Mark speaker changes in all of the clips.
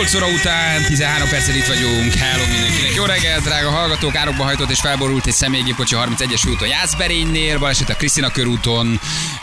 Speaker 1: 8 óra után, 13 perccel itt vagyunk. Hello mindenkinek. Jó reggelt, drága hallgatók. Árokba hajtott és felborult egy személygépkocsi 31-es úton Jászberénynél, baleset a Krisztina körúton.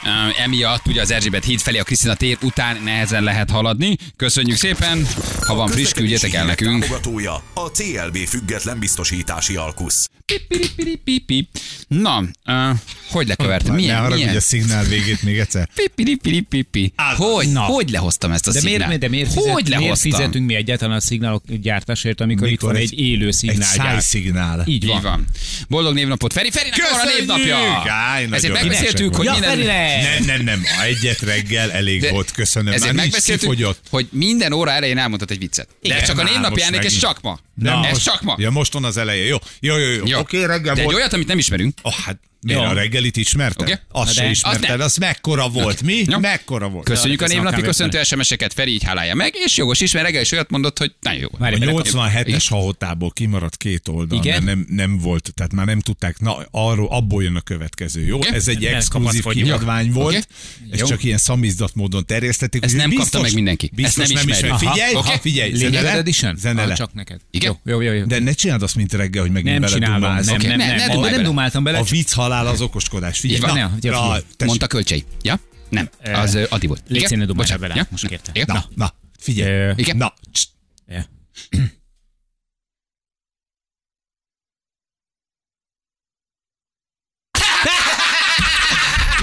Speaker 1: Uh, emiatt ugye az Erzsébet híd felé a Krisztina tér után nehezen lehet haladni. Köszönjük szépen. Ha van friss, küldjetek el nekünk.
Speaker 2: Támogatója a CLB független biztosítási alkusz.
Speaker 1: Pip, pip, pip, pip, pip. Na, uh, hogy lekövert?
Speaker 3: ne
Speaker 1: Milyen,
Speaker 3: haragudj
Speaker 1: milyen?
Speaker 3: a szignál végét még egyszer.
Speaker 1: Pi, pi, pi, pi, pi. Hogy,
Speaker 4: Na.
Speaker 1: hogy lehoztam ezt a
Speaker 4: De miért,
Speaker 1: szignát?
Speaker 4: de miért,
Speaker 1: hogy
Speaker 4: fizet, miért
Speaker 1: lehoztam?
Speaker 4: fizetünk mi egyáltalán a szignálok gyártásért, amikor itt van egy élő
Speaker 3: Egy
Speaker 4: szignálgyár?
Speaker 3: szájszignál.
Speaker 4: Így
Speaker 1: Így
Speaker 4: van.
Speaker 1: van. Boldog névnapot. Feri, Ferinek van a
Speaker 3: Köszönjük!
Speaker 1: névnapja.
Speaker 3: Áj, nagyon
Speaker 1: Ezért
Speaker 3: kedvesek
Speaker 1: megbeszéltük, hogy
Speaker 3: vagyunk.
Speaker 4: Ja,
Speaker 1: minden...
Speaker 4: Ferire!
Speaker 3: Nem, nem, nem. A Egyet reggel elég
Speaker 1: De
Speaker 3: volt, köszönöm.
Speaker 1: Ezért
Speaker 3: Ezért Már nincs
Speaker 1: megbeszéltük,
Speaker 3: kifogyott.
Speaker 1: hogy minden óra elején elmondhat egy viccet. Igen. De
Speaker 3: De
Speaker 1: csak a
Speaker 3: már
Speaker 1: névnapjának,
Speaker 3: most
Speaker 1: és
Speaker 3: megint.
Speaker 1: csak ma.
Speaker 3: Na,
Speaker 1: ez
Speaker 3: most-
Speaker 1: csak ma.
Speaker 3: Ja, most van az eleje. Jó, jó, jó. jó.
Speaker 1: Jó.
Speaker 3: Oké, reggel
Speaker 1: De egy
Speaker 3: volt.
Speaker 1: olyat, amit nem ismerünk.
Speaker 3: Oh, hát miért
Speaker 4: Jó.
Speaker 3: a reggelit ismerted?
Speaker 1: Oké.
Speaker 3: Azt
Speaker 4: Na
Speaker 3: se
Speaker 4: de-
Speaker 1: az
Speaker 3: ismerted,
Speaker 1: nem.
Speaker 3: az mekkora volt, mi?
Speaker 1: Jó.
Speaker 3: Mekkora volt.
Speaker 1: Köszönjük a
Speaker 4: Köszönöm,
Speaker 1: névnapi
Speaker 4: kb.
Speaker 1: köszöntő SMS-eket, Feri így hálálja meg, és jogos is, mert reggel is olyat mondott, hogy nagyon jó.
Speaker 3: A
Speaker 4: Várj,
Speaker 1: Várj,
Speaker 3: 87-es hahotából kimaradt két oldal,
Speaker 4: Igen?
Speaker 3: mert nem, nem volt, tehát már nem tudták, na arról, abból jön a következő, jó?
Speaker 1: Oké.
Speaker 3: Ez egy
Speaker 4: Nem
Speaker 3: exkluzív
Speaker 4: kapaszkodjuk.
Speaker 3: kiadvány volt,
Speaker 1: Oké.
Speaker 3: ez
Speaker 1: Jó.
Speaker 3: csak ilyen szamizdat módon terjesztették.
Speaker 1: Ezt
Speaker 3: úgyhogy
Speaker 1: nem kapta meg mindenki. Ezt
Speaker 3: Biztos
Speaker 1: nem
Speaker 3: nem, ismeri.
Speaker 1: ismeri. Aha.
Speaker 3: Figyelj,
Speaker 1: Oké.
Speaker 3: ha, figyelj,
Speaker 4: Lényeg
Speaker 3: zenele,
Speaker 4: edition?
Speaker 3: zenele.
Speaker 4: Ah, csak neked.
Speaker 1: Igen?
Speaker 4: Jó, jó, jó. jó.
Speaker 3: De ne csináld azt, mint reggel, hogy megint
Speaker 4: nem csinálom.
Speaker 3: bele
Speaker 4: Nem, nem,
Speaker 1: Oké,
Speaker 4: nem,
Speaker 1: ne- ne
Speaker 4: nem,
Speaker 1: dumálj
Speaker 4: nem,
Speaker 1: bele.
Speaker 4: nem dumáltam bele.
Speaker 3: A vicc halál az okoskodás. Figyelj,
Speaker 1: Így van.
Speaker 4: Ne, ugye,
Speaker 3: na,
Speaker 4: figyelj.
Speaker 3: tessék.
Speaker 1: Mondta kölcsei. Ja? Nem. Az ö, Adi volt.
Speaker 4: légy színe,
Speaker 1: Igen?
Speaker 4: dumálj
Speaker 1: Bocsánat.
Speaker 4: bele.
Speaker 1: Ja?
Speaker 4: Most kérte.
Speaker 1: Igen?
Speaker 3: Na, na, figyelj.
Speaker 4: Ö,
Speaker 1: Igen?
Speaker 3: Na, css,
Speaker 4: Ja.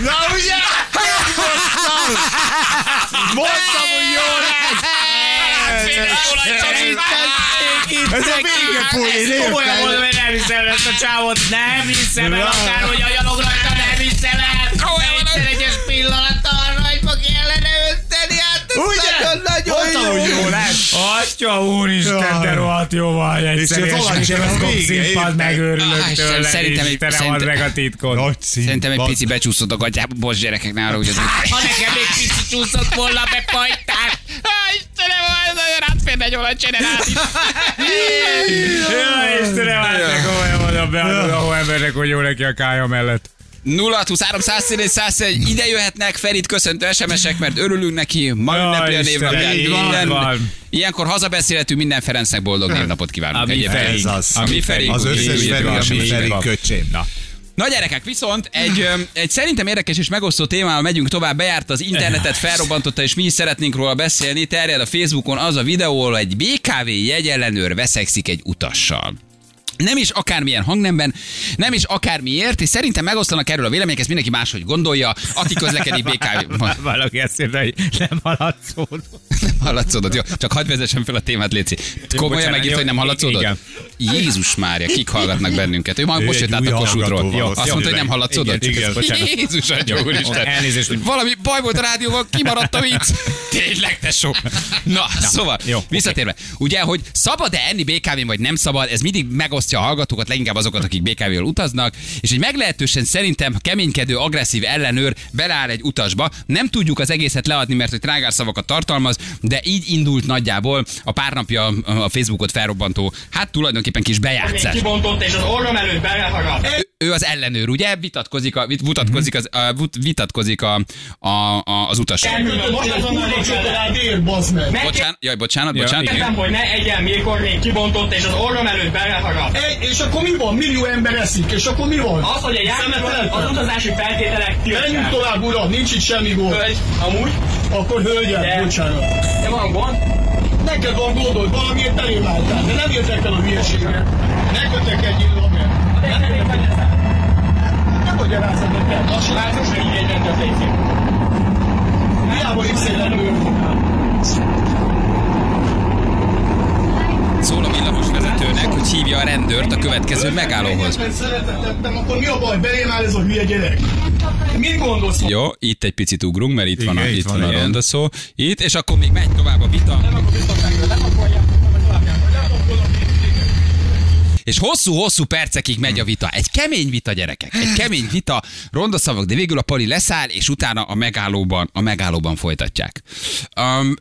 Speaker 3: Na ugye? Mondtam, hogy jó
Speaker 1: Hát,
Speaker 3: lesz! Ez a vége poén,
Speaker 4: Olyan volt,
Speaker 3: érted?
Speaker 4: hogy nem hiszem ezt a csávot, nem hiszem el, akárhogy a gyalog rajta, nem hiszem el. Egyetlen egyes pillanat arra, hogy fog ellene önteni, hát ez
Speaker 3: Ugye? Mondtam, hogy jó lesz!
Speaker 4: Atya úristen, de
Speaker 3: Jaj.
Speaker 4: rohadt jó vagy
Speaker 3: És
Speaker 4: egyszerűen.
Speaker 3: az olasz sem a vége,
Speaker 4: színpad
Speaker 3: érted?
Speaker 4: megőrülök
Speaker 1: Á, Istenem,
Speaker 4: tőle,
Speaker 1: szerintem egy-
Speaker 4: Istenem, add
Speaker 1: szerintem-
Speaker 4: meg a titkot.
Speaker 3: Nagy szín.
Speaker 1: Szerintem egy
Speaker 3: Van-
Speaker 1: pici becsúszott a gatyába, bocs gyerekeknek arra, hogy az...
Speaker 4: Ha nekem még pici csúszott volna be pajtát.
Speaker 1: Istenem, nagyon átférne egy olyan csenerát
Speaker 4: Jaj, Istenem, hát ne komolyan mondom, beadod a hóembernek, hogy jó neki a kája mellett.
Speaker 1: 0623 111 111, ide jöhetnek Ferit köszöntő SMS-ek, mert örülünk neki, ma
Speaker 4: Jaj,
Speaker 1: ünnepli a
Speaker 4: Istenem,
Speaker 1: névnapját.
Speaker 4: így
Speaker 1: Minden-
Speaker 4: van. Hát,
Speaker 1: Ilyenkor hazabeszélhetünk, minden Ferencnek boldog névnapot kívánunk.
Speaker 4: A mi
Speaker 1: egyébként.
Speaker 4: Feri.
Speaker 3: Ez az.
Speaker 1: A mi Feri.
Speaker 3: Az összes
Speaker 1: Így
Speaker 3: Feri,
Speaker 1: van,
Speaker 3: a mi
Speaker 1: így
Speaker 3: Feri
Speaker 1: van.
Speaker 3: köcsém. Na.
Speaker 1: Na gyerekek, viszont egy, öm, egy szerintem érdekes és megosztó témával megyünk tovább, bejárt az internetet, felrobbantotta, és mi is szeretnénk róla beszélni. Terjed a Facebookon az a videó, ahol egy BKV jegyellenőr veszekszik egy utassal. Nem is akármilyen hangnemben, nem is akármiért, és szerintem megosztanak erről a vélemények, ezt mindenki máshogy gondolja. Ati közlekedik BKV. Ma-
Speaker 4: Valaki azt írta, hogy nem haladszódó.
Speaker 1: Nem hallatszódott, jó? Csak hagyd vezessem fel a témát, Léci. Komolyan
Speaker 4: bocsánat,
Speaker 1: megírt,
Speaker 4: jó,
Speaker 1: hogy nem hallatszódott?
Speaker 4: igen.
Speaker 1: Jézus Mária, kik hallgatnak bennünket? Ő már
Speaker 3: Ő
Speaker 1: most
Speaker 3: egy
Speaker 1: jött át
Speaker 3: új
Speaker 1: a Kossuthról.
Speaker 3: hallgató
Speaker 1: Jó, Azt
Speaker 3: valószínűleg.
Speaker 1: mondta, hogy nem hallatszódott?
Speaker 3: Igen, igen, bocsánat.
Speaker 1: Jézus, atya úristen.
Speaker 4: elnézést.
Speaker 1: Valami baj volt a rádióval, kimaradt a vicc. Tényleg, te sok. Na, szóval,
Speaker 4: jó,
Speaker 1: visszatérve. Ugye, hogy szabad-e enni BKV-n, vagy nem szabad, ez mindig megosztja a hallgatókat, leginkább azokat, akik BKV-vel utaznak, és egy meglehetősen szerintem keménykedő, agresszív ellenőr beleáll egy utasba. Nem tudjuk az egészet leadni, mert hogy trágár szavakat tartalmaz, de így indult nagyjából a pár napja a Facebookot felrobbantó, hát tulajdonképpen kis bejátszás
Speaker 5: kibontott, és az orrom előtt belehagadt.
Speaker 1: ő az ellenőr, ugye? Vitatkozik, a, vit- vitatkozik, az, a, vut- vitatkozik a, a, a, az utas.
Speaker 5: Elmondott, hogy azonnal lépett. Megkérdeztem,
Speaker 1: Bocsánat, jaj, bocsánat, bocsánat.
Speaker 4: igen.
Speaker 5: hogy ne egyen milkornét kibontott, és az orrom előtt belehagadt.
Speaker 6: Egy, és akkor mi van? Millió ember eszik, és akkor mi van?
Speaker 5: Az, hogy a járművel az utazási feltételek
Speaker 6: Menjünk
Speaker 5: tiltják.
Speaker 6: tovább, uram, nincs itt semmi gond.
Speaker 5: Hölgy, amúgy,
Speaker 6: Akkor hölgyem,
Speaker 5: De-
Speaker 6: bocsánat.
Speaker 5: de van gond?
Speaker 6: Neked van gondod, valamiért belém álltál, de nem értek el a hülyeségre. Ne kötekedjél, haver. Ne magyarázod nekem.
Speaker 5: Lassan látos, hogy így egyben történik.
Speaker 6: Hiába x
Speaker 1: Szól a villamos vezetőnek, hogy hívja a rendőrt a következő megállóhoz.
Speaker 6: szeretettem, akkor mi a baj? Belém áll ez a hülye gyerek.
Speaker 5: Mit gondolsz?
Speaker 1: Jó, itt egy picit ugrunk, mert itt van a,
Speaker 3: Igen,
Speaker 1: itt
Speaker 3: itt
Speaker 1: van
Speaker 3: van,
Speaker 1: a
Speaker 3: igen.
Speaker 1: ronda szó. Itt, és akkor még megy tovább a vita. És hosszú-hosszú percekig megy a vita. Egy kemény vita, gyerekek. Egy kemény vita, ronda szavak, de végül a pali leszáll, és utána a megállóban, a megállóban folytatják. Um,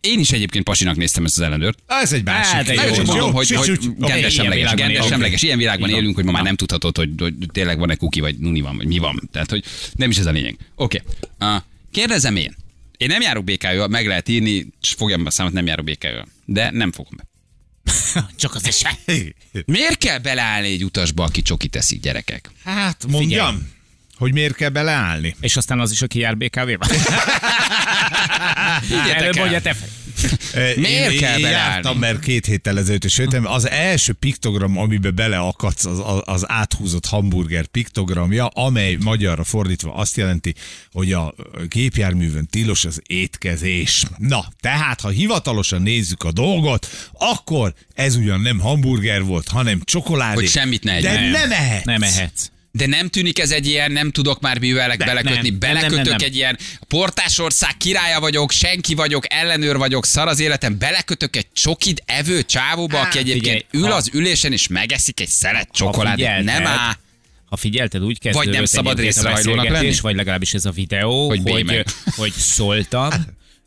Speaker 1: én is egyébként pasinak néztem ezt az ellenőrt.
Speaker 3: Ez egy
Speaker 4: Hát,
Speaker 3: másik.
Speaker 4: egy
Speaker 1: Na,
Speaker 4: jó,
Speaker 1: Jó, csak mondom, hogy,
Speaker 3: Csücs,
Speaker 1: hogy
Speaker 3: csücs.
Speaker 1: gendersemleges,
Speaker 4: Ilyen
Speaker 1: semleges,
Speaker 4: világban
Speaker 1: gender
Speaker 4: élünk.
Speaker 1: semleges. Ilyen világban
Speaker 4: Így van.
Speaker 1: élünk, hogy ma már nem tudhatod, hogy, hogy tényleg van-e kuki, vagy nuni van, vagy mi van. Tehát, hogy nem is ez a lényeg. Oké. Okay. Kérdezem én. Én nem járok BKV-val, meg lehet írni, és fogjam be a számot, nem járok BKV-val. De nem fogom be.
Speaker 4: Csak az eset.
Speaker 1: Miért kell beleállni egy utasba, aki csoki teszik gyerekek?
Speaker 3: Hát mondjam, Figyelj. hogy miért kell beleállni.
Speaker 4: És aztán az is, aki jár BKV-val.
Speaker 1: Higgyetek
Speaker 4: Hát, Előbb
Speaker 1: el.
Speaker 4: vagy a te fej.
Speaker 1: Miért
Speaker 3: én,
Speaker 1: kell
Speaker 3: én
Speaker 1: beleállni?
Speaker 3: jártam már két héttel ezelőtt, és jöttem, az első piktogram, amiben beleakadsz, az, az- az áthúzott hamburger piktogramja, amely magyarra fordítva azt jelenti, hogy a gépjárművön tilos az étkezés. Na, tehát, ha hivatalosan nézzük a dolgot, akkor ez ugyan nem hamburger volt, hanem csokoládé.
Speaker 1: Hogy semmit ne egyél.
Speaker 3: De
Speaker 1: Nem.
Speaker 3: nem ehetsz.
Speaker 4: Nem ehetsz.
Speaker 1: De nem tűnik ez egy ilyen, nem tudok már művelek
Speaker 4: De,
Speaker 1: belekötni,
Speaker 4: nem, nem,
Speaker 1: belekötök
Speaker 4: nem, nem, nem.
Speaker 1: egy ilyen portásország királya vagyok, senki vagyok, ellenőr vagyok, szar az életem, belekötök egy csokid evő csávóba, aki egyébként
Speaker 4: Hát, figyelj,
Speaker 1: ül
Speaker 4: ha-
Speaker 1: az ülésen és megeszik egy szelet csokoládét.
Speaker 4: figyelted,
Speaker 1: Nem á.
Speaker 4: ha figyelted, úgy kezdődött
Speaker 1: nem szabad
Speaker 4: egyébként a
Speaker 1: részrehajlónak
Speaker 4: beszélgetés,
Speaker 1: lenni?
Speaker 4: Vagy legalábbis ez a videó,
Speaker 1: Hogy
Speaker 4: hogy,
Speaker 1: bélj meg.
Speaker 4: hogy, hogy szóltam,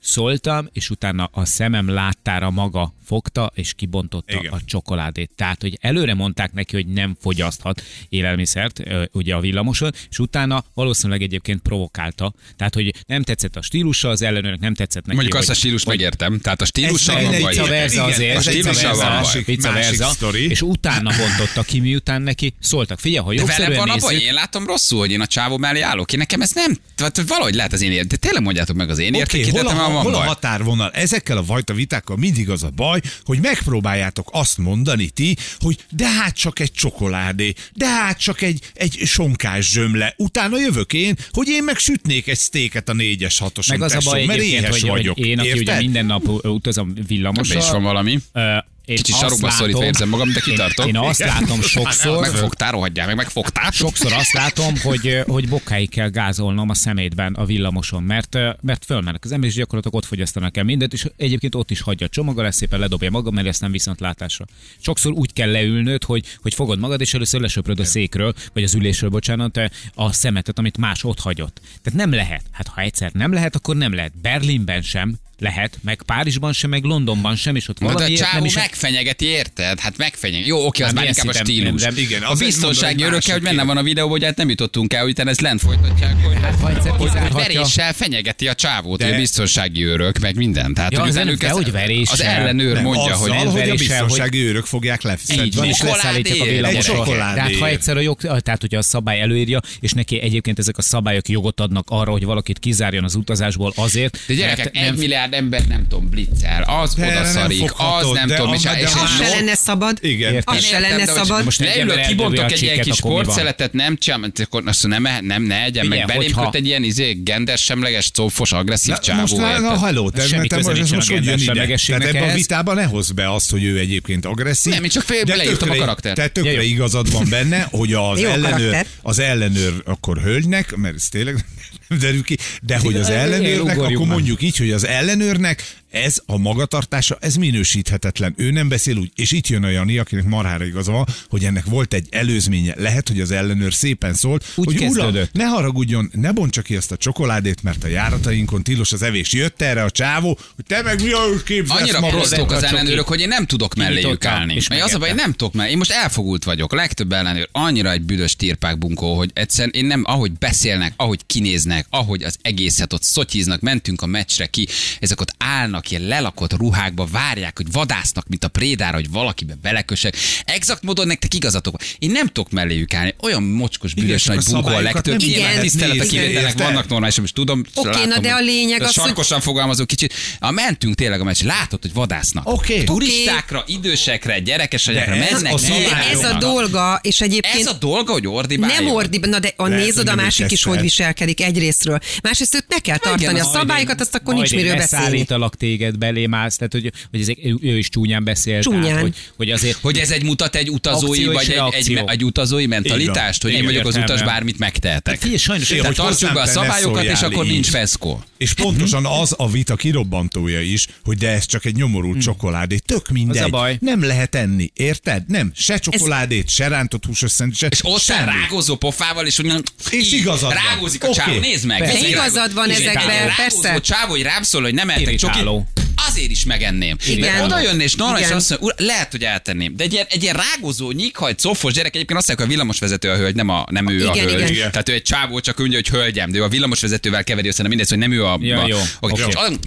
Speaker 4: szóltam, és utána a szemem láttára maga fogta, és kibontotta
Speaker 3: Igen.
Speaker 4: Igen. a csokoládét. Tehát, hogy előre mondták neki, hogy nem fogyaszthat élelmiszert, ö, ugye a villamoson, és utána valószínűleg egyébként provokálta. Tehát, hogy nem tetszett a stílusa, az ellenőrnek nem tetszett neki.
Speaker 1: Mondjuk azt a
Speaker 4: hogy,
Speaker 1: stílus megértem, tehát a
Speaker 3: Ez
Speaker 1: stílussal
Speaker 3: meg
Speaker 1: van
Speaker 3: egy
Speaker 1: baj.
Speaker 4: Vice versa
Speaker 3: Igen,
Speaker 4: azért.
Speaker 3: ez
Speaker 1: egy
Speaker 4: vice
Speaker 1: teljesen
Speaker 4: versa,
Speaker 1: másik-
Speaker 4: vice
Speaker 3: másik
Speaker 4: versa.
Speaker 3: sztori.
Speaker 4: És utána bontotta ki, miután neki szóltak. Figyelj, ha
Speaker 1: De velem
Speaker 4: jogszerűen
Speaker 1: van a baj,
Speaker 4: nézzük,
Speaker 1: én látom rosszul, hogy én a csávó mellé állok. Én nekem ez nem, tehát valahogy lehet az én ér. De tényleg mondjátok meg az én
Speaker 3: Oké, okay, hol,
Speaker 1: értékítetem,
Speaker 3: a,
Speaker 1: van
Speaker 3: hol a
Speaker 1: baj.
Speaker 3: határvonal? Ezekkel a fajta vitákkal mindig az a baj, hogy megpróbáljátok azt mondani ti, hogy de hát csak egy csokoládé, de hát csak egy, egy sonkás zsömle. Utána jövök én, hogy én meg sütnék egy sztéket a négyes hatos
Speaker 4: meg az a baj
Speaker 3: mert
Speaker 4: egyébként,
Speaker 3: éhes
Speaker 4: hogy,
Speaker 3: vagyok.
Speaker 4: hogy én, aki ugye
Speaker 3: Érted?
Speaker 4: minden nap ö, utazom
Speaker 1: Ebben is van
Speaker 4: villamossal,
Speaker 1: valami.
Speaker 4: ö, én
Speaker 1: Kicsit
Speaker 4: azt
Speaker 1: sarokba
Speaker 4: látom-
Speaker 1: szorítva érzem magam, de kitartok.
Speaker 4: Én, én azt látom sokszor,
Speaker 1: Megfogtál, rohadjál meg, megfogtál.
Speaker 4: sokszor azt látom, hogy, ö, hogy bokáig kell gázolnom a szemétben a villamoson, mert, ö, mert fölmennek az emberi gyakorlatok, ott fogyasztanak el mindent, és egyébként ott is hagyja a csomaggal, ezt szépen ledobja magam, mert ezt nem viszontlátásra. Sokszor úgy kell leülnöd, hogy, hogy fogod magad, és először lesöpröd a székről, vagy az ülésről, bocsánat, ö, a szemetet, amit más ott hagyott. Tehát nem lehet. Hát ha egyszer nem lehet, akkor nem lehet. Berlinben sem lehet, meg Párizsban sem, meg Londonban sem, és ott
Speaker 1: Na, de a
Speaker 4: valamiért nem
Speaker 1: csávó
Speaker 4: is
Speaker 1: megfenyegeti, érted? Hát megfenyegeti. Jó, oké, az
Speaker 4: Hát
Speaker 1: már
Speaker 4: milyen
Speaker 1: inkább a
Speaker 4: szinten?
Speaker 1: stílus.
Speaker 4: Nem, nem,
Speaker 3: igen,
Speaker 1: a
Speaker 3: azért
Speaker 1: biztonsági
Speaker 3: mondom, hogy
Speaker 1: örökkel, hogy
Speaker 3: másik
Speaker 1: benne
Speaker 3: ilyen.
Speaker 1: van a videó, hogy hát nem jutottunk el, hogy utána ezt lent folytatják, hogy
Speaker 4: Hát, egyszer
Speaker 1: hogy
Speaker 4: kizárhatja.
Speaker 1: veréssel fenyegeti a csávót, hogy a biztonsági örök, meg minden. Tehát,
Speaker 4: Ja,
Speaker 1: hogy
Speaker 4: az
Speaker 1: utána
Speaker 4: nem
Speaker 1: ők
Speaker 4: kell,
Speaker 1: ezt-
Speaker 4: hogy veréssel.
Speaker 1: Az ellenőr
Speaker 3: Nem,
Speaker 1: mondja,
Speaker 3: azzal,
Speaker 1: hogy
Speaker 3: hogy,
Speaker 4: nem
Speaker 3: a
Speaker 4: veréssel, hogy-
Speaker 3: biztonsági őrök fogják
Speaker 4: Így van,
Speaker 3: lefeszedni.
Speaker 4: és
Speaker 1: Csokoládé.
Speaker 4: leszállítják a
Speaker 1: Egy
Speaker 4: villamosról.
Speaker 3: csokoládé.
Speaker 4: Tehát hát ha egyszer a jog, tehát hogyha a szabály előírja, és neki egyébként ezek a szabályok jogot adnak arra, hogy valakit kizárjon az utazásból azért,
Speaker 1: De gyerekek,
Speaker 4: mert
Speaker 1: egy
Speaker 4: nem
Speaker 1: milliárd ember nem tudom, blitzel, az
Speaker 3: De
Speaker 1: oda
Speaker 3: nem
Speaker 1: szarik, az
Speaker 3: foghatod,
Speaker 1: nem
Speaker 3: de
Speaker 1: tudom,
Speaker 3: a-
Speaker 1: és
Speaker 3: de
Speaker 1: és
Speaker 3: a-
Speaker 1: egy
Speaker 7: Az se
Speaker 1: ló-
Speaker 7: lenne szabad.
Speaker 3: Igen.
Speaker 4: Érted?
Speaker 7: Az
Speaker 1: Én
Speaker 7: se
Speaker 1: értem,
Speaker 7: lenne
Speaker 1: de hogy
Speaker 7: szabad.
Speaker 4: Most
Speaker 1: Most
Speaker 4: egy
Speaker 1: leülök,
Speaker 4: ember
Speaker 1: kibontok
Speaker 4: eldobja a
Speaker 1: egy ilyen
Speaker 4: cséket
Speaker 1: kis
Speaker 4: a komiba.
Speaker 1: porceletet, nem csinálom, akkor azt nem, ehe- nem ne egyen, meg
Speaker 4: Figyelj,
Speaker 1: belém
Speaker 4: hogyha-
Speaker 1: köt egy ilyen izé, gender semleges, cofos, agresszív
Speaker 3: Na,
Speaker 1: csávó.
Speaker 3: most már a
Speaker 1: érted?
Speaker 3: hello, te,
Speaker 4: Semmi
Speaker 3: te
Speaker 4: köze
Speaker 3: most, ez
Speaker 4: nincsen
Speaker 3: most
Speaker 4: a
Speaker 3: hogy jön
Speaker 4: gender
Speaker 3: ide? Tehát
Speaker 4: semlegességnek
Speaker 3: ebben a
Speaker 4: ehhez.
Speaker 3: vitában ne hozd be azt, hogy ő egyébként agresszív.
Speaker 1: Nem, én csak fél- beleírtam a karaktert.
Speaker 3: Te tökre
Speaker 4: Jó.
Speaker 3: igazad van benne, hogy az,
Speaker 7: Jó
Speaker 3: ellenőr,
Speaker 7: karakter.
Speaker 3: az ellenőr akkor hölgynek, mert ez tényleg nem derül ki, de hogy az
Speaker 4: Igen,
Speaker 3: ellenőrnek,
Speaker 4: ugorjunk
Speaker 3: akkor
Speaker 4: már.
Speaker 3: mondjuk így, hogy az ellenőrnek ez a magatartása, ez minősíthetetlen. Ő nem beszél úgy, és itt jön a Jani, akinek marhára igaza van, hogy ennek volt egy előzménye. Lehet, hogy az ellenőr szépen szólt,
Speaker 4: Úgy
Speaker 3: hogy uram,
Speaker 4: kezdődött.
Speaker 3: ne haragudjon, ne bontsa ki ezt a csokoládét, mert a járatainkon tilos az evés. Jött erre a csávó, hogy te meg mi a képzelsz
Speaker 1: Annyira
Speaker 3: magadról?
Speaker 1: prostók az
Speaker 4: Csak
Speaker 1: ellenőrök, hogy én nem tudok melléjük
Speaker 4: Kinyitottam,
Speaker 1: állni.
Speaker 4: és
Speaker 1: Mert az a baj,
Speaker 4: megérte.
Speaker 1: nem tudok mellé. Én most elfogult vagyok. A legtöbb ellenőr annyira egy büdös tirpák bunkó, hogy egyszerűen én nem, ahogy beszélnek, ahogy kinéznek, ahogy az egészet ott szotyiznak, mentünk a meccsre ki, ezek ott állnak ilyen lelakott ruhákba, várják, hogy vadásznak, mint a prédára, hogy valakibe belekösek. Exakt módon nektek igazatok van. Én nem tudok melléjük állni. Olyan mocskos, büdös
Speaker 3: csak
Speaker 1: nagy
Speaker 3: a
Speaker 1: bunkó a
Speaker 3: szabályokat
Speaker 1: legtöbb.
Speaker 7: nem
Speaker 1: Nyilván
Speaker 7: lehet
Speaker 1: tisztelet a
Speaker 7: nézni,
Speaker 1: kivételnek,
Speaker 3: érted?
Speaker 1: vannak normálisan, és tudom.
Speaker 7: Oké, na
Speaker 1: látom,
Speaker 7: de a
Speaker 1: hogy-
Speaker 7: lényeg az, hogy-
Speaker 1: sarkosan fogalmazok kicsit. A mentünk tényleg a meccs, látod, hogy vadásznak.
Speaker 3: Oké.
Speaker 1: Turistákra, idősekre, gyerekes anyákra
Speaker 3: De ez
Speaker 1: mennek.
Speaker 3: a
Speaker 1: mennek,
Speaker 7: De ez a
Speaker 1: mennek.
Speaker 7: dolga, és egyébként...
Speaker 1: Ez a dolga, hogy ordibáljon?
Speaker 7: nem ordi, na de a
Speaker 3: Lehet, hogy
Speaker 7: nézod a
Speaker 3: nem
Speaker 7: másik is,
Speaker 3: érkezted.
Speaker 7: hogy viselkedik egyrésztről. Másrészt őt meg kell tartani
Speaker 1: igen,
Speaker 7: a
Speaker 1: majd
Speaker 7: szabályokat, azt akkor nincs
Speaker 4: én
Speaker 7: miről beszélni.
Speaker 4: leszállítalak téged, belém állsz, tehát hogy, hogy ezek, ő- ő is csúnyán beszél.
Speaker 7: Csúnyán.
Speaker 4: Tehát, hogy, hogy azért
Speaker 1: Hogy ez egy mutat egy utazói,
Speaker 4: Akció és
Speaker 1: vagy egy, egy,
Speaker 4: reakció.
Speaker 1: egy, utazói mentalitást, hogy én
Speaker 4: Igen,
Speaker 1: vagyok az utas,
Speaker 4: értelme.
Speaker 1: bármit megtehetek.
Speaker 4: Figyelj, sajnos
Speaker 3: Hát Figyelj,
Speaker 1: Tehát
Speaker 3: hogy
Speaker 1: tartsuk be a
Speaker 3: hozzám te ne
Speaker 1: szabályokat, és
Speaker 3: szóljál
Speaker 1: akkor
Speaker 3: így.
Speaker 1: nincs feszkó.
Speaker 3: És pontosan az a vita kirobbantója is, hogy de ez csak egy nyomorult csokoládé, tök mindegy.
Speaker 4: Az a baj.
Speaker 3: Nem lehet enni, érted? Nem, se csokoládét, se rántott húsos szendvicset,
Speaker 1: És ott áll
Speaker 3: semmi.
Speaker 1: rágózó pofával, és úgy
Speaker 3: És igazad van.
Speaker 1: rágózik a
Speaker 3: Oké.
Speaker 1: csávó. Nézd meg.
Speaker 4: Persze.
Speaker 1: nézd meg,
Speaker 7: Igazad van
Speaker 1: rágózik.
Speaker 7: ezekben,
Speaker 1: Rágózó
Speaker 7: persze.
Speaker 1: csávó, hogy rám szól, hogy nem eltek csoki.
Speaker 4: Irritáló.
Speaker 1: Az azért is megenném.
Speaker 7: Igen.
Speaker 1: Mert Oda jönne és normális
Speaker 7: Igen.
Speaker 1: azt mondja, "Ura, lehet, hogy eltenném. De egy ilyen, egy ilyen rágózó, nyikhajt, szofos gyerek, egyébként azt mondják, hogy a villamosvezető a hölgy, nem, a, nem ő a
Speaker 7: Igen,
Speaker 1: hölgy.
Speaker 7: igen.
Speaker 1: Tehát ő egy csávó, csak mondja, hogy hölgyem, de ő a villamosvezetővel keveri össze, nem mindegy, hogy nem ő a...
Speaker 4: Ja,
Speaker 1: a
Speaker 4: jó.
Speaker 1: Okay.
Speaker 4: Oké.
Speaker 1: Okay.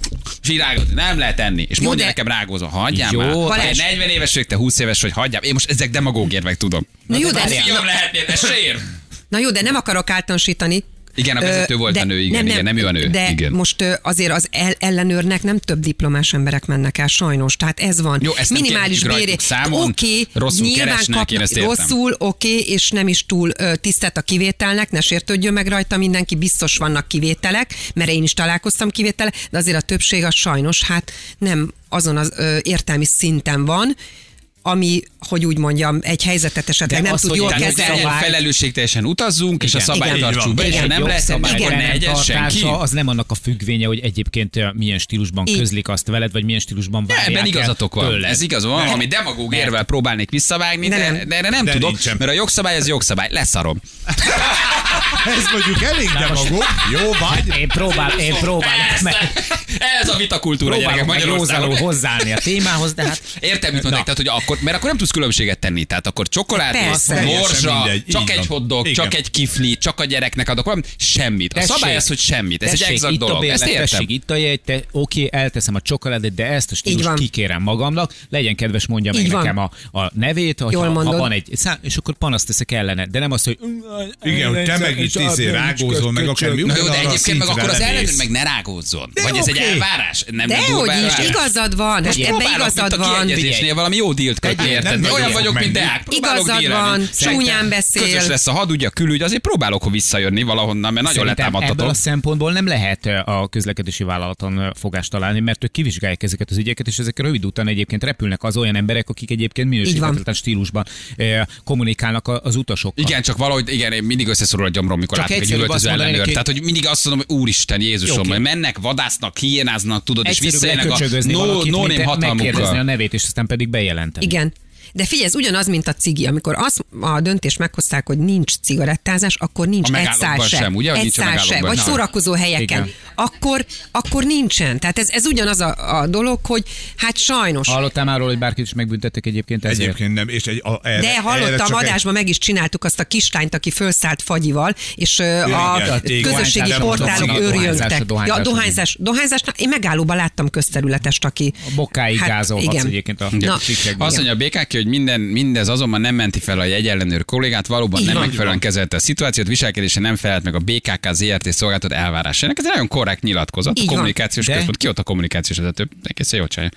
Speaker 1: Virágot, nem lehet enni. És
Speaker 7: Jó,
Speaker 1: mondja
Speaker 7: de-
Speaker 1: nekem rágózó, hagyjál
Speaker 4: Jó,
Speaker 1: már.
Speaker 7: Balázs.
Speaker 1: Te 40 éves vagy, te 20 éves vagy, hagyjál. Én most ezek demagógért meg tudom.
Speaker 7: Na jó, de,
Speaker 1: Ezt így
Speaker 7: na,
Speaker 1: jobb lehetnél, de se ér.
Speaker 7: na jó, de nem akarok általánosítani.
Speaker 1: Igen, a vezető
Speaker 7: Ö,
Speaker 1: volt
Speaker 7: de-
Speaker 1: a nő, igen, igen, nem ő a nő,
Speaker 7: De
Speaker 1: igen.
Speaker 7: most ö, azért az el- ellenőrnek nem több diplomás emberek mennek el, sajnos. Tehát ez van.
Speaker 1: Jó, ezt nem
Speaker 7: Minimális
Speaker 1: kérhetjük
Speaker 7: béré.
Speaker 1: rajtuk számon,
Speaker 7: Oké,
Speaker 1: rosszul
Speaker 7: nyilván
Speaker 1: keresnek,
Speaker 7: kapnak,
Speaker 1: én ezt értem.
Speaker 7: Rosszul, oké, és nem is túl ö, tisztelt a kivételnek, ne sértődjön meg rajta, mindenki biztos vannak kivételek, mert én is találkoztam kivétele, de azért a többség az sajnos hát nem azon az ö, értelmi szinten van, ami, hogy úgy mondjam, egy helyzetet esetleg
Speaker 4: De
Speaker 7: nem
Speaker 4: az,
Speaker 7: tud
Speaker 4: hogy
Speaker 7: jól
Speaker 4: egy
Speaker 1: Tehát, hogy
Speaker 7: kezelni.
Speaker 4: szabály-
Speaker 1: felelősségteljesen utazzunk, és a
Speaker 4: Igen.
Speaker 1: szabályt
Speaker 7: Igen.
Speaker 1: tartsuk be, és ha
Speaker 7: Igen.
Speaker 1: nem lehet enni,
Speaker 4: Jogszabály
Speaker 1: akkor ne egyen
Speaker 4: fenntartása
Speaker 1: senki.
Speaker 4: Az nem annak a függvénye, hogy egyébként ö, milyen stílusban
Speaker 7: Így.
Speaker 4: közlik azt veled, vagy milyen stílusban
Speaker 1: De
Speaker 4: várják
Speaker 1: ebben
Speaker 4: el
Speaker 1: igazatok van.
Speaker 4: tőled.
Speaker 1: Ez igaz van, ami demagóg érvel próbálnék visszavágni, de,
Speaker 7: nem.
Speaker 1: de erre nem
Speaker 3: De
Speaker 1: tudok,
Speaker 3: nincsen.
Speaker 1: mert a jogszabály az jogszabály. Leszarom.
Speaker 3: Ez mondjuk elég demagóg. Jó vagy.
Speaker 4: Én próbál, én próbálok meg,
Speaker 1: Ez a vitakultúra, gyerekek,
Speaker 4: próbálok meg józanul
Speaker 1: Magyarországon.
Speaker 4: hozzáállni a témához, de hát
Speaker 1: Értem, mit mondták, tehát, hogy akkor, mert akkor nem tudsz különbséget tenni. Tehát akkor csokoládé,
Speaker 7: Persze.
Speaker 3: Teljesen
Speaker 1: morzsa,
Speaker 3: mindegy, így
Speaker 1: csak egy
Speaker 3: van.
Speaker 1: hotdog,
Speaker 3: Igen.
Speaker 1: csak egy kifli, csak a gyereknek adok valamit, semmit. A
Speaker 4: Tessék,
Speaker 1: szabály az, hogy semmit. Ez egy
Speaker 4: tessék,
Speaker 1: exakt
Speaker 4: itt a
Speaker 1: dolog.
Speaker 4: bérlet,
Speaker 1: Ezt értem.
Speaker 4: Tessék, itt a jegy, te, oké, elteszem a csokoládét, de ezt a
Speaker 7: Így
Speaker 4: stílus
Speaker 7: van.
Speaker 4: kikérem magamnak, legyen kedves, mondja meg
Speaker 7: Így van.
Speaker 4: nekem a, a nevét, hogy
Speaker 7: Jól
Speaker 4: ha, ha
Speaker 7: mondod.
Speaker 4: van egy szám, és akkor panaszt teszek ellene, de nem azt, hogy...
Speaker 3: Igen, hogy te meg is tíz év rágózol, meg akár mi
Speaker 1: Na jó, de
Speaker 3: ugyanarra a
Speaker 1: egyébként meg
Speaker 3: szintre
Speaker 1: akkor az
Speaker 3: lemész.
Speaker 1: ellenőr meg ne rágózzon. Vagy ez egy
Speaker 3: oké.
Speaker 1: elvárás? Nem
Speaker 7: Dehogy
Speaker 1: durva
Speaker 7: is,
Speaker 1: elvárás?
Speaker 7: igazad van, hát ebbe
Speaker 1: Próbálok
Speaker 7: igazad
Speaker 1: itt a
Speaker 7: van.
Speaker 1: kiegyezésnél valami jó dílt kötni,
Speaker 3: Egy- nem
Speaker 1: érted?
Speaker 3: nagyon
Speaker 1: Olyan
Speaker 3: fog
Speaker 1: vagyok, mint
Speaker 3: menni.
Speaker 1: Deák. Próbálok
Speaker 7: Igazad
Speaker 1: dílelni.
Speaker 7: van,
Speaker 1: Szerintem
Speaker 7: csúnyán beszél.
Speaker 1: Közös lesz a hadügy, a külügy, azért próbálok visszajönni valahonnan, mert nagyon
Speaker 4: Szerintem ebből
Speaker 1: letámadtatok.
Speaker 4: a szempontból nem lehet ö, a közlekedési vállalaton ö, fogást találni, mert ők kivizsgálják ezeket az ügyeket, és ezek rövid után egyébként repülnek az olyan emberek, akik egyébként minősíthetetlen stílusban ö, kommunikálnak a- az utasokkal.
Speaker 1: Igen, csak valahogy, igen, én mindig összeszorul a gyomrom, mikor
Speaker 4: Csak
Speaker 1: látok egy
Speaker 4: egyszerűbb azt
Speaker 1: üvöltöző
Speaker 4: mondani
Speaker 1: ellenőrt.
Speaker 4: neki-
Speaker 1: Tehát, hogy mindig azt mondom, hogy úristen, Jézusom,
Speaker 4: Jó,
Speaker 1: hogy
Speaker 4: oké.
Speaker 1: mennek, vadásznak, hiénáznak, tudod, és
Speaker 4: Egyszerűbb
Speaker 1: visszajönnek a
Speaker 4: leköcsögözni
Speaker 1: no,
Speaker 4: valakit,
Speaker 1: no
Speaker 4: mint
Speaker 1: name
Speaker 4: megkérdezni a
Speaker 1: hatalmukkal.
Speaker 4: nevét, és aztán pedig bejelenteni.
Speaker 7: Igen. De figyelj, ez ugyanaz, mint a cigi. Amikor azt a döntést meghozták, hogy nincs cigarettázás, akkor nincs
Speaker 1: A
Speaker 7: egy szál
Speaker 1: megállókban
Speaker 7: se.
Speaker 1: sem, ugye? Hogy
Speaker 7: Egy
Speaker 1: nincs a
Speaker 7: szál se,
Speaker 1: megállókban.
Speaker 7: vagy
Speaker 1: Na.
Speaker 7: szórakozó helyeken.
Speaker 4: Igen.
Speaker 7: Akkor, akkor nincsen. Tehát ez, ez ugyanaz a, a dolog, hogy hát sajnos.
Speaker 4: Hallottál már arról, hogy bárkit is megbüntettek egyébként ezért?
Speaker 3: Egyébként nem. És egy, a, erre,
Speaker 7: de
Speaker 3: erre csak
Speaker 7: hallottam,
Speaker 3: egy-
Speaker 7: adásban meg is csináltuk azt a kislányt, aki fölszállt fagyival, és ö, a
Speaker 3: igen.
Speaker 7: közösségi
Speaker 3: Dohányzás,
Speaker 7: portálok
Speaker 3: dohányzás,
Speaker 7: őrjöntek.
Speaker 4: dohányzás,
Speaker 7: Ja,
Speaker 4: dohányzás.
Speaker 7: dohányzás, dohányzás. Na, Én megállóban láttam közterületest, aki... Hát,
Speaker 4: A bokáig gázolhatsz egyébként a
Speaker 7: Na,
Speaker 4: cikkekben.
Speaker 1: Azt mondja a BKK, hogy minden, mindez azonban nem menti fel a jegyellenőr kollégát, valóban
Speaker 7: Így
Speaker 1: nem
Speaker 7: van.
Speaker 1: megfelelően kezelte a szituációt, viselkedése nem felelt meg a BKK ZRT szolgáltat elvárásának. Ez egy nagyon korrekt nyilatkozat.
Speaker 7: Így
Speaker 1: a
Speaker 7: van.
Speaker 1: kommunikációs
Speaker 4: De?
Speaker 1: központ. Ki ott a kommunikációs vezető? Egészen jól csinálja.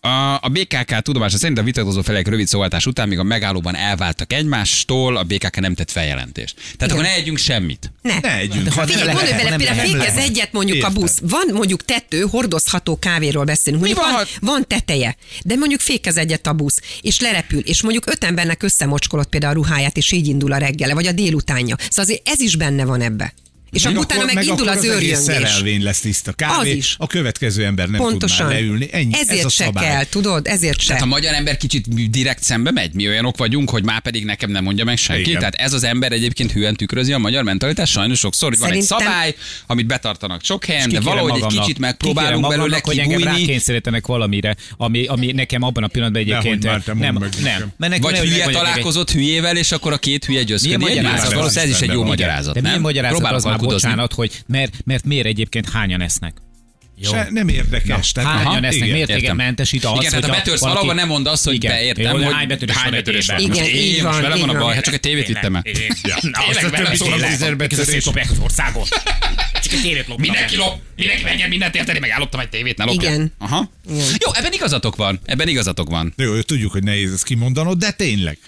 Speaker 1: A, a BKK tudomása szerint a vitatkozó felek rövid szolgáltás után, még a megállóban elváltak egymástól, a BKK nem tett feljelentést. Tehát akkor ne együnk semmit.
Speaker 7: Ne.
Speaker 3: Ne együnk. Hát
Speaker 4: ha
Speaker 7: Figyelj,
Speaker 4: nem
Speaker 7: gondolj
Speaker 4: lehet,
Speaker 7: bele,
Speaker 4: nem
Speaker 7: például
Speaker 4: lehet.
Speaker 7: fékez
Speaker 3: Nem
Speaker 7: egyet mondjuk
Speaker 3: Érted.
Speaker 7: a busz. Van mondjuk tető, hordozható kávéról beszélünk. Mondjuk
Speaker 1: van,
Speaker 7: van,
Speaker 1: ha-
Speaker 7: van teteje, de mondjuk fékez egyet a busz, és lerepül, és mondjuk öt embernek összemocskolott például a ruháját, és így indul a reggele, vagy a délutánja. Szóval azért ez is benne van ebbe. És akkor utána meg,
Speaker 3: akkor
Speaker 7: indul az
Speaker 3: egész
Speaker 7: őrjöngés.
Speaker 3: szerelvény lesz tiszta. Kávé,
Speaker 7: Az is.
Speaker 3: A következő ember nem
Speaker 7: Pontosan.
Speaker 3: tud már leülni. Ennyi,
Speaker 7: ezért
Speaker 3: ez a
Speaker 7: se
Speaker 3: szabály. Hát
Speaker 7: kell, tudod? Ezért se.
Speaker 1: Tehát a magyar ember kicsit direkt szembe megy, mi olyanok vagyunk, hogy már pedig nekem nem mondja meg senki. Igen.
Speaker 3: Igen.
Speaker 1: Tehát ez az ember egyébként hűen tükrözi a magyar mentalitást, sajnos sokszor, hogy van
Speaker 7: Szerintem-
Speaker 1: egy szabály, amit betartanak sok helyen, de
Speaker 4: És kikérem
Speaker 1: valahogy egy
Speaker 4: magamnak.
Speaker 1: kicsit
Speaker 4: Kikérem
Speaker 1: megpróbálunk belőle
Speaker 4: magamnak, hogy engem
Speaker 1: kibújni,
Speaker 4: rákényszerítenek valamire, ami, ami nekem abban a pillanatban
Speaker 3: Dehogy
Speaker 4: egyébként...
Speaker 3: már, te mondd
Speaker 4: nem,
Speaker 3: meg
Speaker 4: nem.
Speaker 3: nekem.
Speaker 4: Mert nekem
Speaker 1: vagy
Speaker 4: nem
Speaker 1: hülye
Speaker 4: vagyok egy-
Speaker 1: találkozott hülyével, és akkor a két hülye győzködik.
Speaker 4: Milyen
Speaker 1: Egymással.
Speaker 4: magyarázat?
Speaker 1: Valószínűleg ez is egy jó
Speaker 3: Igen.
Speaker 1: magyarázat.
Speaker 4: De
Speaker 1: nem?
Speaker 4: milyen magyarázat
Speaker 1: Próbálok
Speaker 4: az már,
Speaker 1: alkudozni.
Speaker 4: bocsánat, hogy mert, mert miért egyébként hányan esznek?
Speaker 3: Se, nem érdekes. Na,
Speaker 4: Hányan esznek,
Speaker 1: igen,
Speaker 4: miért
Speaker 1: értem.
Speaker 4: igen, mentesít az,
Speaker 1: Igen, tehát ha
Speaker 4: hogyha
Speaker 1: betörsz
Speaker 4: valaki-
Speaker 1: valahova, nem mondd azt, hogy
Speaker 4: Igen.
Speaker 1: te értem,
Speaker 4: Jó,
Speaker 1: hogy
Speaker 4: hány betörés van
Speaker 1: hány
Speaker 4: egy
Speaker 1: betörés van.
Speaker 4: évben?
Speaker 1: Most
Speaker 7: Igen, így
Speaker 1: én most
Speaker 7: van,
Speaker 1: velem van a
Speaker 7: így
Speaker 1: baj,
Speaker 7: van.
Speaker 1: hát csak egy tévét vittem el.
Speaker 4: Tényleg velem
Speaker 1: szóval
Speaker 4: szórakozom, ez a szétlopják az országot. Csak egy tévét loptam.
Speaker 1: Mindenki lop, mindenki menjen mindent érteni, meg elloptam egy tévét, ne lopjál.
Speaker 7: Igen.
Speaker 1: Aha. Jó, ebben igazatok van, ebben igazatok van.
Speaker 3: Jó, jó, tudjuk, hogy nehéz ezt kimondanod, de tényleg.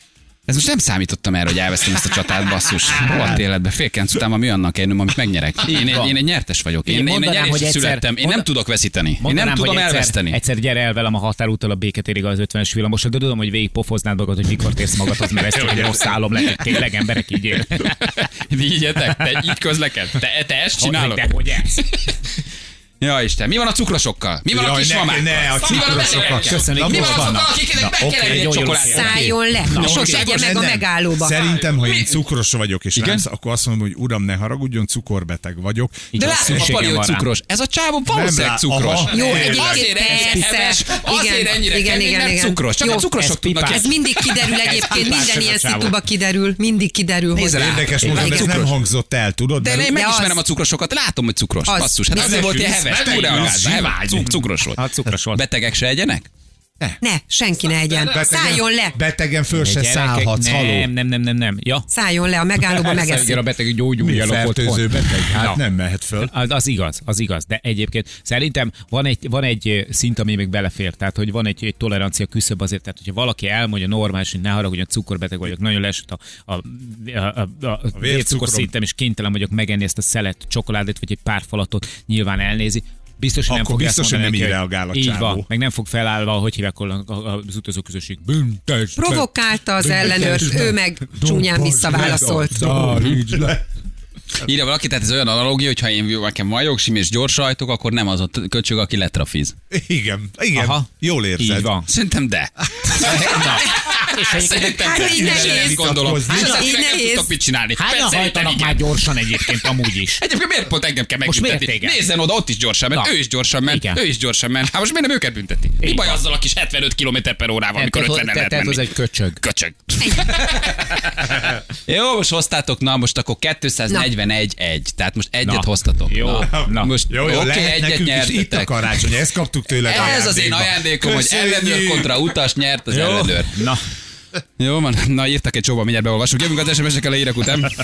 Speaker 1: Ez most nem számítottam erre, hogy elvesztem ezt a csatát, basszus.
Speaker 3: Hát.
Speaker 1: Rohadt életbe, fél kilenc után van mi annak érnöm, amit megnyerek. Én, én, én egy nyertes vagyok. Én, én egy
Speaker 4: Mondanám,
Speaker 1: nyerés
Speaker 4: hogy egyszer-
Speaker 1: születtem. Én nem
Speaker 4: monda-
Speaker 1: tudok veszíteni. Én nem
Speaker 4: Mondanám,
Speaker 1: tudom
Speaker 4: hogy egyszer,
Speaker 1: elveszteni.
Speaker 4: Egyszer gyere el velem a határúttal a béketérig az 50-es villamosra, de tudom, hogy végig pofoznád magad, hogy mikor térsz magadhoz, mert ez csak egy rossz álom lehet, tényleg emberek így él.
Speaker 1: Így Te így közleked? Te, te ezt csinálod?
Speaker 4: Hogy, hogy ez?
Speaker 1: Ja, Isten, mi van a cukrosokkal? Mi van a
Speaker 3: Jaj, ne-
Speaker 1: kismamákkal?
Speaker 3: ne, a
Speaker 1: Mi van a
Speaker 3: cukrosokkal.
Speaker 1: betegekkel?
Speaker 4: Köszönjük,
Speaker 1: Mi
Speaker 4: most
Speaker 1: van azokkal,
Speaker 3: vannak.
Speaker 1: akiknek
Speaker 3: Na,
Speaker 1: meg
Speaker 3: oké,
Speaker 1: kell enni egy
Speaker 4: jó, jó,
Speaker 1: csokoládét?
Speaker 7: Szálljon le,
Speaker 3: Na,
Speaker 7: sose
Speaker 3: oké.
Speaker 7: egye meg a
Speaker 3: Nem.
Speaker 7: megállóba.
Speaker 3: Szerintem, ha én
Speaker 1: Mi?
Speaker 3: cukros vagyok, és
Speaker 1: Igen?
Speaker 3: rámsz, akkor azt mondom, hogy uram, ne haragudjon, cukorbeteg vagyok.
Speaker 1: De
Speaker 4: Igen,
Speaker 1: látom a
Speaker 4: szükségem
Speaker 1: pali,
Speaker 4: van
Speaker 1: hogy
Speaker 4: rá.
Speaker 1: cukros. Ez a csávó valószínűleg
Speaker 3: lá-
Speaker 1: cukros.
Speaker 3: Aha.
Speaker 7: Jó,
Speaker 3: Nem.
Speaker 7: egyébként
Speaker 1: Azért ennyire heves,
Speaker 7: persze.
Speaker 1: azért ennyire kemény, mert cukros. Csak a cukrosok
Speaker 4: ez
Speaker 1: tudnak
Speaker 4: pipás.
Speaker 7: Ez mindig kiderül egyébként,
Speaker 4: pipás ez
Speaker 7: minden
Speaker 4: a
Speaker 7: ilyen
Speaker 4: csávó.
Speaker 7: szituba kiderül, mindig kiderül, hogy
Speaker 1: Nézd rá.
Speaker 3: Érdekes
Speaker 1: Igen.
Speaker 3: módon, ez
Speaker 7: Igen.
Speaker 3: nem hangzott el, tudod?
Speaker 1: De
Speaker 3: mert-
Speaker 1: én megismerem
Speaker 7: az-
Speaker 1: a cukrosokat, látom, hogy cukros.
Speaker 7: Az.
Speaker 1: Basszus, hát
Speaker 7: Biztos,
Speaker 1: azért volt ilyen
Speaker 3: hisz,
Speaker 1: heves,
Speaker 3: beteg, hisz,
Speaker 1: túlreagálsz,
Speaker 3: zsivány.
Speaker 1: cukros volt.
Speaker 4: Hát cukros volt.
Speaker 1: Betegek se egyenek?
Speaker 7: ne, senki ne egyen. Szálljon le,
Speaker 3: Betegen föl se
Speaker 4: Gyerekek,
Speaker 3: szállhatsz, haló.
Speaker 4: Nem, nem, nem, nem, nem. Ja.
Speaker 7: szálljon le, a megállóba megeszik.
Speaker 4: a beteg gyógyul,
Speaker 3: Mi fertőző beteg? Hát
Speaker 4: Na.
Speaker 3: nem mehet föl.
Speaker 4: Az, az igaz, az igaz, de egyébként szerintem van egy, van egy ö, szint, ami még belefér, tehát hogy van egy, egy tolerancia küszöb azért, tehát hogyha valaki elmondja normális, hogy ne haragudjon, cukorbeteg vagyok, nagyon lesett a, a, a, a, a, a vércukor szintem, és kénytelen vagyok megenni ezt a szelet csokoládét, vagy egy pár falatot, nyilván elnézi, Biztos, hogy nem
Speaker 3: Akkor
Speaker 4: fog
Speaker 3: biztos,
Speaker 4: ezt
Speaker 3: hogy
Speaker 4: mondani
Speaker 3: nem így
Speaker 4: neki,
Speaker 3: reagál a
Speaker 4: Így van,
Speaker 3: csávó.
Speaker 4: meg nem fog felállva, hogy hívják a- a- az utazó közösség. Büntes! meg.
Speaker 7: Provokálta az ellenőrt, ő meg csúnyán visszaválaszolt.
Speaker 3: Szarítsd le.
Speaker 4: Hát-
Speaker 1: Írja valaki, tehát ez olyan analógia, hogyha én nekem van jogsim és gyors sajtok, akkor nem az a t- köcsög, aki letrafiz.
Speaker 3: Igen, igen,
Speaker 4: Aha.
Speaker 3: jól érzed.
Speaker 4: Így van.
Speaker 1: Szerintem de. Szerintem
Speaker 7: Hát így
Speaker 1: de.
Speaker 7: nehéz.
Speaker 1: Én gondolom.
Speaker 3: Hát
Speaker 1: Hát
Speaker 7: így
Speaker 1: az nem
Speaker 7: nehéz.
Speaker 1: tudtok mit csinálni.
Speaker 4: Hányan
Speaker 1: Persze,
Speaker 4: hajtanak már gyorsan egyébként amúgy is?
Speaker 1: Egyébként miért pont engem kell
Speaker 4: Most
Speaker 1: megbüntetni?
Speaker 4: miért téged?
Speaker 1: Nézzen oda, ott is gyorsan ment,
Speaker 4: Na.
Speaker 1: ő is gyorsan ment,
Speaker 4: Igen.
Speaker 1: ő is gyorsan ment. Hát most miért nem őket bünteti? Mi
Speaker 4: Így
Speaker 1: baj
Speaker 4: van. Hát,
Speaker 1: azzal a kis 75 km per órával, amikor 50 el lehet menni?
Speaker 4: köcsög.
Speaker 1: Köcsög. Jó, most hoztátok, na most akkor 241 egy. Tehát most egyet
Speaker 4: Na.
Speaker 1: hoztatok.
Speaker 4: Jó.
Speaker 1: Na.
Speaker 4: Na.
Speaker 1: Most
Speaker 3: Jó, jó,
Speaker 1: oké,
Speaker 3: lehet
Speaker 1: egyet
Speaker 3: nekünk is itt a
Speaker 1: nyertetek.
Speaker 3: karácsony, ezt kaptuk tőle.
Speaker 1: Ez az én ajándékom, hogy ellenőr kontra utas nyert az
Speaker 4: Jó.
Speaker 1: ellenőr.
Speaker 4: Na,
Speaker 1: Jó van, na írtak egy csóba, mindjárt beolvasunk. Jövünk az SMS-ekkel a hírek után.